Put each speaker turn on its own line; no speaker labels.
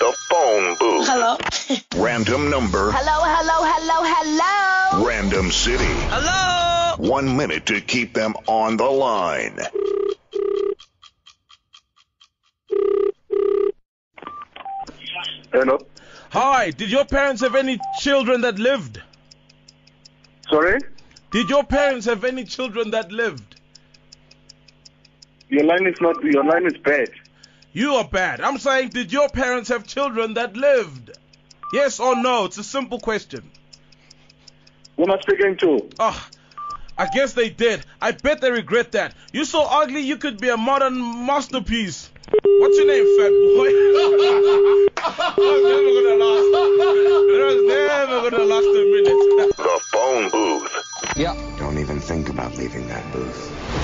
the phone booth.
Hello.
Random number.
Hello, hello, hello, hello.
Random city.
Hello?
One minute to keep them on the line.
Hello.
Hi, did your parents have any children that lived?
Sorry,
Did your parents have any children that lived?
your line is not. Your line is bad.
You are bad. I'm saying, did your parents have children that lived? Yes or no? It's a simple question.
Who am I speaking to?
Ah, I guess they did. I bet they regret that. You're so ugly, you could be a modern masterpiece. What's your name, fat boy? I was never gonna last. I was never gonna last a minute.
The phone booth.
Don't even think about leaving that booth.